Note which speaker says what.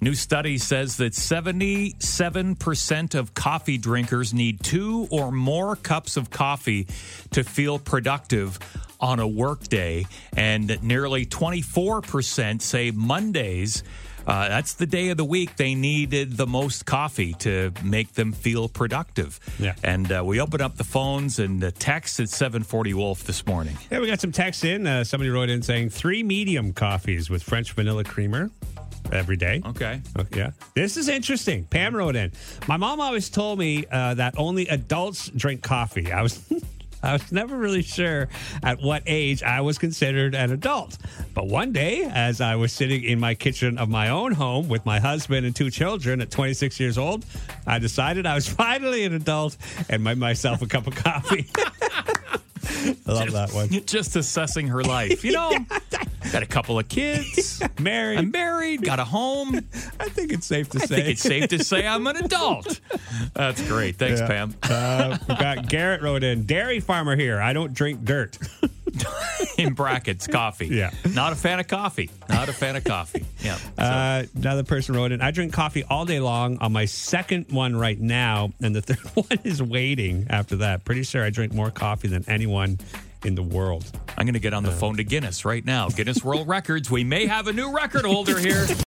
Speaker 1: New study says that 77% of coffee drinkers need two or more cups of coffee to feel productive on a workday, and nearly 24% say Mondays. Uh, that's the day of the week they needed the most coffee to make them feel productive.
Speaker 2: Yeah.
Speaker 1: And uh, we open up the phones and the text at 740 Wolf this morning.
Speaker 2: Yeah, we got some texts in. Uh, somebody wrote in saying three medium coffees with French vanilla creamer every day.
Speaker 1: Okay.
Speaker 2: Okay, yeah. This is interesting. Pam wrote in. My mom always told me uh, that only adults drink coffee. I was. I was never really sure at what age I was considered an adult. But one day, as I was sitting in my kitchen of my own home with my husband and two children at 26 years old, I decided I was finally an adult and made myself a cup of coffee. I love that one.
Speaker 1: Just assessing her life. You know, got a couple of kids.
Speaker 2: Married.
Speaker 1: I'm married, got a home.
Speaker 2: I think it's safe to
Speaker 1: I
Speaker 2: say.
Speaker 1: think it's safe to say I'm an adult. That's great. Thanks,
Speaker 2: Yeah.
Speaker 1: Pam.
Speaker 2: Uh, we got Garrett wrote in, dairy farmer here. I don't drink dirt.
Speaker 1: In brackets, coffee.
Speaker 2: Yeah.
Speaker 1: Not a fan of coffee. Not a fan of coffee. Yeah.
Speaker 2: Uh, another person wrote in, I drink coffee all day long on my second one right now, and the third one is waiting after that. Pretty sure I drink more coffee than anyone in the world.
Speaker 1: I'm going to get on the phone to Guinness right now. Guinness World Records. We may have a new record holder here.